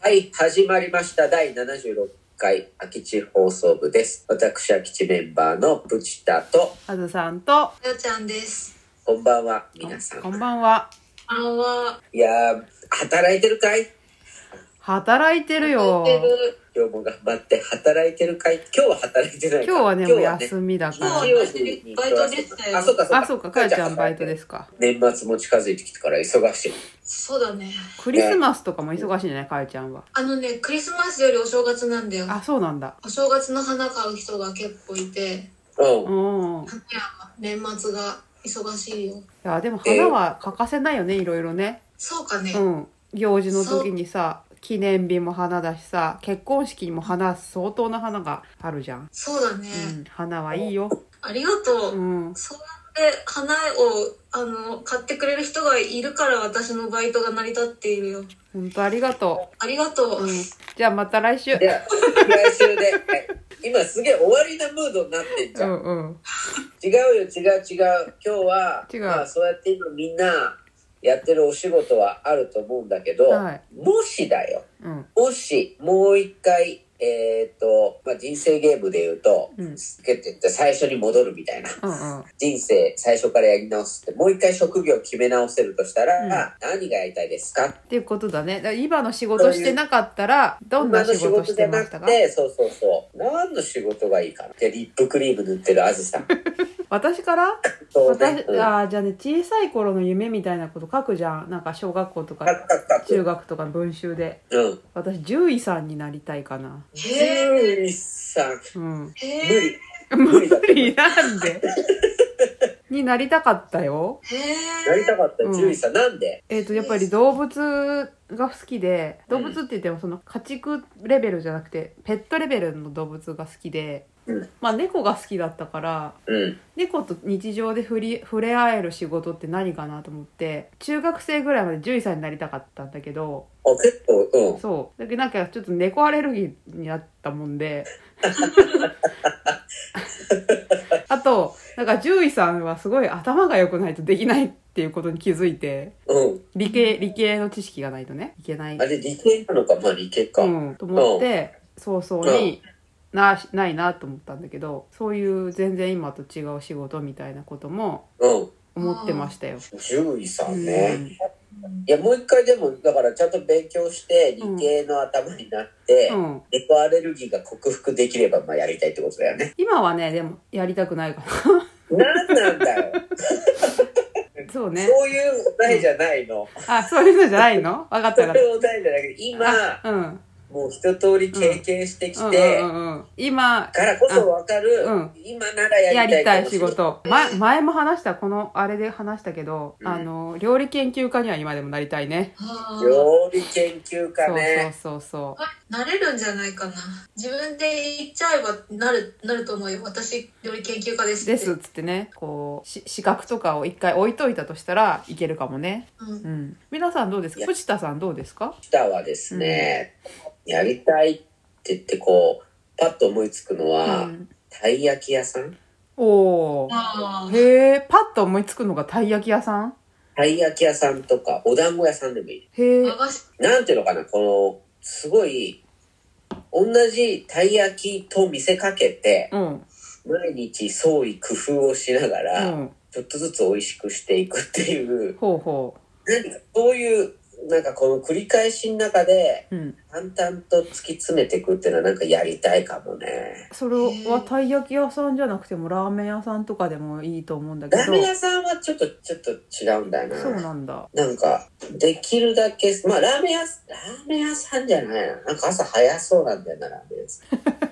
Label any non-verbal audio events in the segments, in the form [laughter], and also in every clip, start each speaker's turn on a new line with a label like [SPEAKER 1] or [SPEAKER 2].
[SPEAKER 1] はい、始まりました。第76回空き地放送部です。私、空き地メンバーのブチタと、
[SPEAKER 2] あずさんと
[SPEAKER 3] よちゃんです。
[SPEAKER 1] こんばんは、皆さ
[SPEAKER 2] こ
[SPEAKER 1] ん。
[SPEAKER 2] んばんは
[SPEAKER 3] あんは。
[SPEAKER 1] いやー、働いてるかい
[SPEAKER 2] 働いてるよ
[SPEAKER 1] 今日も頑張って働いてるかい今日は働いてないか
[SPEAKER 2] 今日はね
[SPEAKER 1] 今
[SPEAKER 2] も
[SPEAKER 1] 日
[SPEAKER 2] う
[SPEAKER 1] はね
[SPEAKER 2] 休、みだか
[SPEAKER 3] も
[SPEAKER 2] ら
[SPEAKER 3] うバイトでしたよ
[SPEAKER 1] あ、そうか、そうか。
[SPEAKER 2] あそうかかえちゃんバイトですか
[SPEAKER 1] 年末も近づいてきてから忙しい。
[SPEAKER 3] そうだね。
[SPEAKER 2] クリスマスとかも忙しいんじゃないかえちゃんは
[SPEAKER 3] あのね、クリスマスよりお正月なんだよ。
[SPEAKER 2] あそうなんだ
[SPEAKER 3] お正月の花買う人が結構いて、
[SPEAKER 1] うん
[SPEAKER 2] う。んい
[SPEAKER 3] 花屋は年末が忙しいよ。
[SPEAKER 2] やでも花は欠かせないよねいろいろね
[SPEAKER 3] そうかね。
[SPEAKER 2] うん行事の時にさ記念日も花だしさ結婚式にも花相当な花があるじゃん
[SPEAKER 3] そうだね、
[SPEAKER 2] うん花はいいよ
[SPEAKER 3] ありがと
[SPEAKER 2] う
[SPEAKER 3] う。
[SPEAKER 2] ん
[SPEAKER 3] そうやって花をあの買ってくれる人がいるから私のバイトが成り立っているよ。
[SPEAKER 2] 本当ありがと
[SPEAKER 3] ありがと
[SPEAKER 2] う、
[SPEAKER 3] う。
[SPEAKER 2] うん、じゃあまた来週
[SPEAKER 1] じゃあ、来週で。はい今すげえ終わりなムードになってんじ
[SPEAKER 2] う
[SPEAKER 1] ゃん。
[SPEAKER 2] んうん
[SPEAKER 1] 違うよ違う違う今日は
[SPEAKER 2] 違う
[SPEAKER 1] まあ、そうやって今みんなやってるお仕事はあると思うんだけど、
[SPEAKER 2] はい
[SPEAKER 1] もしだよ
[SPEAKER 2] うん
[SPEAKER 1] もしもう一回えっ、と、まあ、人生ゲームで言うと、
[SPEAKER 2] うん
[SPEAKER 1] スケってって最初に戻るみたいな
[SPEAKER 2] うんうん
[SPEAKER 1] 人生最初からやり直すってもう一回職業決め直せるとしたら、
[SPEAKER 2] うん
[SPEAKER 1] 何がやりたいですか
[SPEAKER 2] っていうことだね。だから今の仕事してなかったら、どんな仕事してましたか
[SPEAKER 1] 今の仕事じゃなくてそうそうそう何の仕事がいいかなでリップクリーム塗ってるあずさん
[SPEAKER 2] 私から
[SPEAKER 1] そうね
[SPEAKER 2] 私、
[SPEAKER 1] うん
[SPEAKER 2] あーじゃあね、小さい頃の夢みたいなこと書くじゃん。なんか小学校と
[SPEAKER 1] カ
[SPEAKER 2] か
[SPEAKER 1] クカクカク
[SPEAKER 2] 中学とかの文集で。
[SPEAKER 1] うん
[SPEAKER 2] 私、獣医さんになりたいかな。
[SPEAKER 3] へえ。
[SPEAKER 1] 獣医さん
[SPEAKER 2] うん。
[SPEAKER 3] へ
[SPEAKER 1] [laughs] 無理
[SPEAKER 2] 無
[SPEAKER 3] え。
[SPEAKER 1] 理だ
[SPEAKER 2] 理なんでになりたかったよ。
[SPEAKER 3] へえ。
[SPEAKER 1] なりたかった
[SPEAKER 2] うん
[SPEAKER 1] 獣医さん、なんで
[SPEAKER 2] えっ、と、やっぱり動物が好きで、動物って言ってもその家畜レベルじゃなくて、ペットレベルの動物が好きで、
[SPEAKER 1] うん
[SPEAKER 2] まあ猫が好きだったから、
[SPEAKER 1] うん
[SPEAKER 2] 猫と日常で触り触れ合える仕事って何かなと思って中学生ぐらいまで獣医さんになりたかったんだけど
[SPEAKER 1] あ結構うん
[SPEAKER 2] そうだけどなんかちょっと猫アレルギーになったも
[SPEAKER 1] [laughs]
[SPEAKER 2] んであとなんか獣医さんはすごい頭が良くないとできないっていうことに気づいて
[SPEAKER 1] うん
[SPEAKER 2] 理系理系の知識がないとねいけない
[SPEAKER 1] あれ理系なのかまあ理系か、
[SPEAKER 2] うん、と思って早々になないなと思ったんだけどそういう全然今と違う仕事みたいなことも
[SPEAKER 1] うん
[SPEAKER 2] 思ってましたよ。
[SPEAKER 1] 獣医さ
[SPEAKER 2] うんん
[SPEAKER 1] ね、いやもう一回でもだからちゃんと勉強して理系の頭になって、
[SPEAKER 2] うん、
[SPEAKER 1] 猫アレルギーが克服できればまあやりたいってことだよね
[SPEAKER 2] 今はねでもやりたくないか
[SPEAKER 1] なんなんだよ、
[SPEAKER 2] らそう [laughs] ね
[SPEAKER 1] そういうお題じゃないの、
[SPEAKER 2] あそういうのじゃないの分かっ
[SPEAKER 1] そ
[SPEAKER 2] た
[SPEAKER 1] う
[SPEAKER 2] 分かっ
[SPEAKER 1] いうお題じゃなくて今
[SPEAKER 2] たうん
[SPEAKER 1] もう一通り経験してき
[SPEAKER 2] うん
[SPEAKER 1] て、
[SPEAKER 2] うんうんうん今
[SPEAKER 1] からこそ分かる、
[SPEAKER 2] うん
[SPEAKER 1] 今ならや
[SPEAKER 2] や
[SPEAKER 1] りたい
[SPEAKER 2] りた
[SPEAKER 1] か
[SPEAKER 2] い
[SPEAKER 1] も
[SPEAKER 2] 仕
[SPEAKER 1] しれな
[SPEAKER 2] 事、ま、前も話したこのあれで話したけど、
[SPEAKER 1] うん
[SPEAKER 2] あの料理研究家には今でもなりたいね
[SPEAKER 3] あー
[SPEAKER 1] 料理研究家ね
[SPEAKER 2] そうそうそうそ
[SPEAKER 3] なれるんじゃないかな自分で言っちゃえばなるなると思うよ私料理研究家で
[SPEAKER 2] う
[SPEAKER 3] すって
[SPEAKER 2] ですっつってねこうし資格とかを一回置いといたとしたらいけるかもね
[SPEAKER 3] うん
[SPEAKER 2] うん、皆さんどうですか藤田さんどうですか
[SPEAKER 1] 北はですね、やりたいって言ってこうパッと思いつくのは、
[SPEAKER 2] うん
[SPEAKER 1] たい焼き屋さん
[SPEAKER 2] おー
[SPEAKER 3] あー
[SPEAKER 2] へえパッと思いつくのがたい焼き屋さん
[SPEAKER 1] たい焼き屋さんとかお団子屋さんでもいい
[SPEAKER 2] へえ
[SPEAKER 3] 和菓子
[SPEAKER 1] なんていうのかなこのすごい同じたい焼きと見せかけて
[SPEAKER 2] うんうん
[SPEAKER 1] 毎日創意工夫をしながら、ちょっとずつ美味しくしていくっていう
[SPEAKER 2] ほうほ
[SPEAKER 1] 何かそういうなんかこの繰り返しの中で
[SPEAKER 2] ううん
[SPEAKER 1] 淡々と突き詰めていくっていうのはなんかやりたいかもね
[SPEAKER 2] それはたい焼き屋さんじゃなくてもラーメン屋さんとかでもいいと思うんだけ
[SPEAKER 1] ラー
[SPEAKER 2] ど
[SPEAKER 1] メン屋さんはちょっとちょっと違うんだよ
[SPEAKER 2] そうなんだ
[SPEAKER 1] なんか、できるだけ、まあ、ラーメン屋、ラーメン屋さんじゃないな。なんか朝早そうなんだよな、ラーメン屋さん。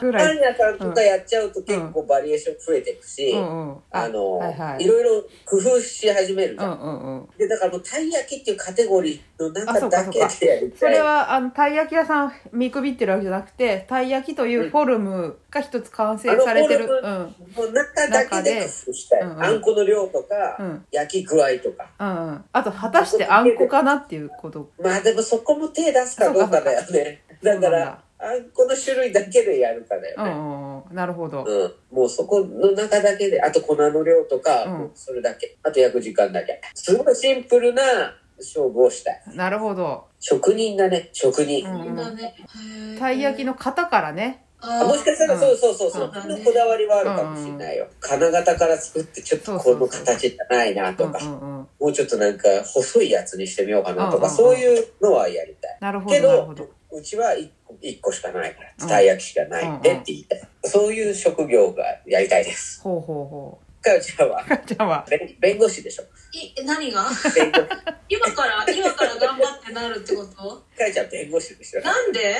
[SPEAKER 2] ぐ
[SPEAKER 1] パ
[SPEAKER 2] ら
[SPEAKER 1] ン
[SPEAKER 2] い
[SPEAKER 1] 屋さんとかやっちゃうと結構バリエーション増えていくし、
[SPEAKER 2] うんうん
[SPEAKER 1] あの、
[SPEAKER 2] はい
[SPEAKER 1] い
[SPEAKER 2] はい
[SPEAKER 1] ろいろ工夫し始めるじ
[SPEAKER 2] う
[SPEAKER 1] ゃん。
[SPEAKER 2] んうんうん
[SPEAKER 1] で、だからもう、たい焼きっていうカテゴリーの
[SPEAKER 2] あ
[SPEAKER 1] 中
[SPEAKER 2] そうか
[SPEAKER 1] だ
[SPEAKER 2] そう
[SPEAKER 1] け
[SPEAKER 2] か
[SPEAKER 1] でやり
[SPEAKER 2] そ
[SPEAKER 1] たい。
[SPEAKER 2] れはあのたい焼き屋さんを見くびってるわけじゃなくてたい焼きというフォルムが一つ完成されてるう
[SPEAKER 1] あ
[SPEAKER 2] ん
[SPEAKER 1] もう中だけで工夫したい。
[SPEAKER 2] 中でうんうん
[SPEAKER 1] あんこの量とか、
[SPEAKER 2] うん
[SPEAKER 1] 焼き具合とか。
[SPEAKER 2] うんうんあと果たしてあんこかなっていうこと
[SPEAKER 1] まあでもそこも手出すかどうかだよね。だか
[SPEAKER 2] そうなん
[SPEAKER 1] ら
[SPEAKER 2] だ、
[SPEAKER 1] あんこの種類だけでやるかだよ
[SPEAKER 2] う
[SPEAKER 1] ね。
[SPEAKER 2] んうんうんなるほど
[SPEAKER 1] うん、もうそこの中だけであと粉の量とか、
[SPEAKER 2] うん
[SPEAKER 1] もうそれだけあと焼く時間だけすごいシンプルな勝負をしたい。
[SPEAKER 2] なるほど。
[SPEAKER 1] 職人だね、職人。
[SPEAKER 2] うん
[SPEAKER 3] だね。へー
[SPEAKER 2] たい焼きの型からね。
[SPEAKER 1] あ
[SPEAKER 3] あ
[SPEAKER 1] もしかしたら、
[SPEAKER 2] うん
[SPEAKER 1] そうそうそうそう、
[SPEAKER 2] うん
[SPEAKER 1] そのこだわりはあるかもしれないよ。金型から作って、ちょっとこの形じゃないな
[SPEAKER 2] う
[SPEAKER 1] と
[SPEAKER 2] ん
[SPEAKER 1] か、
[SPEAKER 2] うんうん。
[SPEAKER 1] もうちょっとなんか細いやつにしてみようかなとか、
[SPEAKER 2] うんうんうん
[SPEAKER 1] そういうのはやりたい。
[SPEAKER 2] なるほ
[SPEAKER 1] け
[SPEAKER 2] ど、なるほ
[SPEAKER 1] ど
[SPEAKER 2] ど。、
[SPEAKER 1] うちは一個一個しかないから、
[SPEAKER 2] うん
[SPEAKER 1] 伝え焼きしかないんでって言いたい。そういう職業がやりたいです。
[SPEAKER 2] ほうほ
[SPEAKER 1] かよちゃんは
[SPEAKER 2] うほう。 [laughs] かっちゃんは。
[SPEAKER 1] 弁弁護士でしょ。
[SPEAKER 3] い何が [laughs]
[SPEAKER 1] 弁護士
[SPEAKER 3] 今から今から頑張ってなるってこと
[SPEAKER 1] かよちゃん弁護士でしょ。
[SPEAKER 3] なんで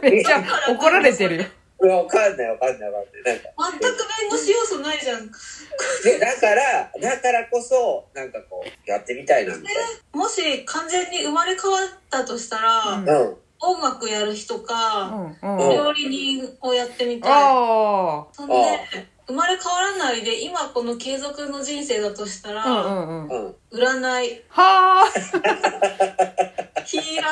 [SPEAKER 2] めっちゃ怒られてるよ。
[SPEAKER 1] うわわかんないわかんないわかんない。なんか
[SPEAKER 3] 全く弁護士要素ないじゃん
[SPEAKER 1] でだから、だからこそ、なんかこう、やってみたいなみたい
[SPEAKER 3] もし完全に生まれ変わったとしたら、
[SPEAKER 2] うん
[SPEAKER 1] な。うん。
[SPEAKER 3] 音楽やる人
[SPEAKER 2] う
[SPEAKER 3] か、
[SPEAKER 2] んうん。
[SPEAKER 1] うん
[SPEAKER 3] 料理人をやってみたい
[SPEAKER 2] あ
[SPEAKER 3] そんで生まれ変わらないで今この継続の人生だとしたら、
[SPEAKER 2] あ。うんうんうん。は
[SPEAKER 1] うん。
[SPEAKER 3] 占い
[SPEAKER 2] あ。
[SPEAKER 3] ヒーラ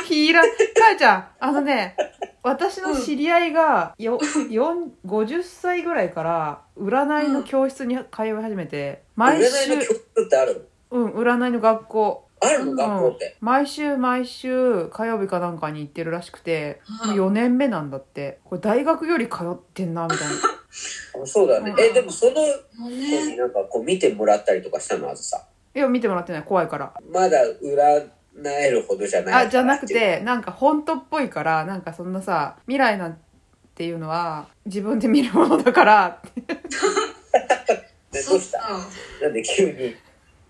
[SPEAKER 3] ー
[SPEAKER 2] ヒーラー、かえちゃん、あのね、私の知り合いが、よ、四、五十歳ぐらいから、占いの教室に通い始めて、毎
[SPEAKER 1] 占いの
[SPEAKER 2] 週、
[SPEAKER 1] 曲ってあるの
[SPEAKER 2] うん、占いの学校、
[SPEAKER 1] ある
[SPEAKER 2] う
[SPEAKER 1] の
[SPEAKER 2] ん
[SPEAKER 1] 学校って。
[SPEAKER 2] 毎週毎週火曜日かなんかに行ってるらしくて、
[SPEAKER 3] うん
[SPEAKER 2] 4年目なんだって。これ大学より通ってんな、みたいな。
[SPEAKER 1] あそうだね。え、でもその
[SPEAKER 3] もう
[SPEAKER 1] 子に
[SPEAKER 3] ね
[SPEAKER 1] なんかこう見てもらったりとかしたのあずさ。
[SPEAKER 2] いや、見てもらってない、怖いから。
[SPEAKER 1] まだ占えるほどじゃない。
[SPEAKER 2] あ、じゃなく。て、なんか本当っぽいから、なんかそんなさ、未来なんていうのは、自分で見るものだから、 [laughs]
[SPEAKER 1] でど
[SPEAKER 3] そうっ
[SPEAKER 1] した
[SPEAKER 3] か
[SPEAKER 1] なんで急に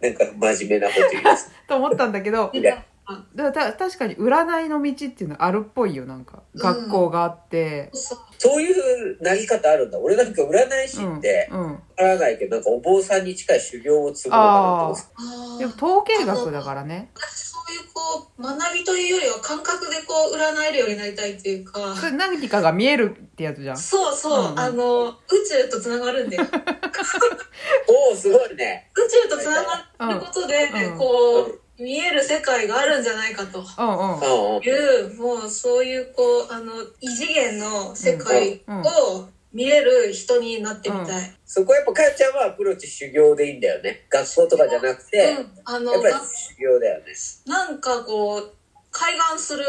[SPEAKER 1] なんか真面目なこと言い出す [laughs]
[SPEAKER 2] と思ったんだけど、
[SPEAKER 1] みたいな。
[SPEAKER 2] だた確かに占いの道っていうのあるっぽいよなんか
[SPEAKER 3] ん
[SPEAKER 2] 学校があって、
[SPEAKER 3] そう
[SPEAKER 1] そういうなり方あるんだ。俺なんか占い師
[SPEAKER 2] うんうん
[SPEAKER 1] って、わからないけど、なんかお坊さんに近い修行を継ぐのかなと思って
[SPEAKER 3] あー
[SPEAKER 2] でも統計学だからね
[SPEAKER 3] 私そういうこう学びというよりは感覚でこう占えるようになりたいっていうか
[SPEAKER 2] それ何かが見えるってやつじゃん
[SPEAKER 3] そうそう、
[SPEAKER 2] うんうん
[SPEAKER 3] あの宇宙とつながるんだよ宇
[SPEAKER 1] おお、すごいね。
[SPEAKER 3] 宙とつながることで、
[SPEAKER 2] うんうん
[SPEAKER 3] こう見える世界があるんじゃないかと
[SPEAKER 2] うんうん
[SPEAKER 1] うんうん。
[SPEAKER 3] いうもうそういうこうあの異次元の世界
[SPEAKER 2] うんうん
[SPEAKER 3] を見れる人になってみたい、
[SPEAKER 1] そこはやっぱ、かよちゃんはアプローチ修行でいいんだよね。学校とかじゃなくて、
[SPEAKER 3] うん
[SPEAKER 1] やっ
[SPEAKER 3] あの
[SPEAKER 1] ぱり
[SPEAKER 3] な
[SPEAKER 1] 修行だよね。
[SPEAKER 3] なんかこう海岸する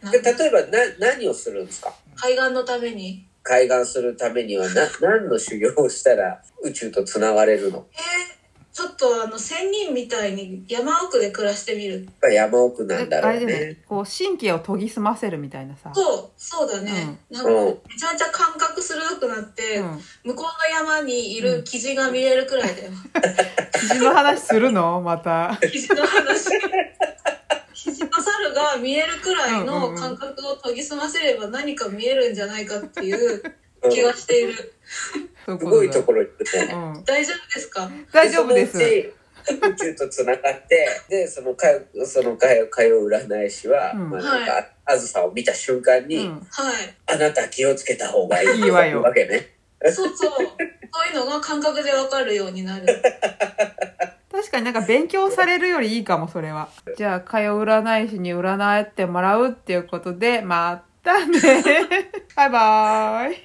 [SPEAKER 3] な
[SPEAKER 1] で例えばな何をするんですか
[SPEAKER 3] 海岸のために
[SPEAKER 1] 海岸するためには
[SPEAKER 3] [laughs]
[SPEAKER 1] な何の修行をしたら宇宙とつながれるのやっ
[SPEAKER 3] えーちょっとあの仙人みたいに山奥で暮らしてみる
[SPEAKER 1] ぱ山奥なん
[SPEAKER 2] で
[SPEAKER 1] だろ
[SPEAKER 2] あれ
[SPEAKER 1] う
[SPEAKER 2] でも
[SPEAKER 1] ね。
[SPEAKER 2] こう神経を研ぎ澄ませるみたいなさ
[SPEAKER 3] そうそうだね、なんか
[SPEAKER 1] うん、
[SPEAKER 3] めちゃめちゃ感覚鋭くなって、
[SPEAKER 2] うん
[SPEAKER 3] 向こうの山にいるキジが見えるくらいだよ、
[SPEAKER 2] 記事の話するのまた
[SPEAKER 3] キジの話
[SPEAKER 2] [laughs]
[SPEAKER 3] キジの猿が見えるくらいの感覚を研ぎ澄ませれば何か見えるんじゃないかっていう
[SPEAKER 1] うん
[SPEAKER 3] 気がしている
[SPEAKER 2] そう
[SPEAKER 1] す
[SPEAKER 2] う
[SPEAKER 1] ごい
[SPEAKER 2] だ
[SPEAKER 1] ところ行って
[SPEAKER 2] う
[SPEAKER 1] ね。
[SPEAKER 2] ん、
[SPEAKER 3] 大丈夫ですか
[SPEAKER 2] 大丈夫です
[SPEAKER 1] そのうち宇宙とつながってでそのかそのかよかよ占い師は、
[SPEAKER 2] うん
[SPEAKER 1] まあなんか、
[SPEAKER 3] は
[SPEAKER 1] あずさを見た瞬間に、
[SPEAKER 2] うん、
[SPEAKER 3] はい
[SPEAKER 1] あなた気をつけた方がいい
[SPEAKER 2] いいわよ
[SPEAKER 1] わけね。
[SPEAKER 3] そうそうそういうのが感覚でわかるようになる
[SPEAKER 2] 確かになんか勉強されるよりいいかもそれはじゃあ通う占い師 [laughs] に占ってもらうっていうことでまたねバイバーイ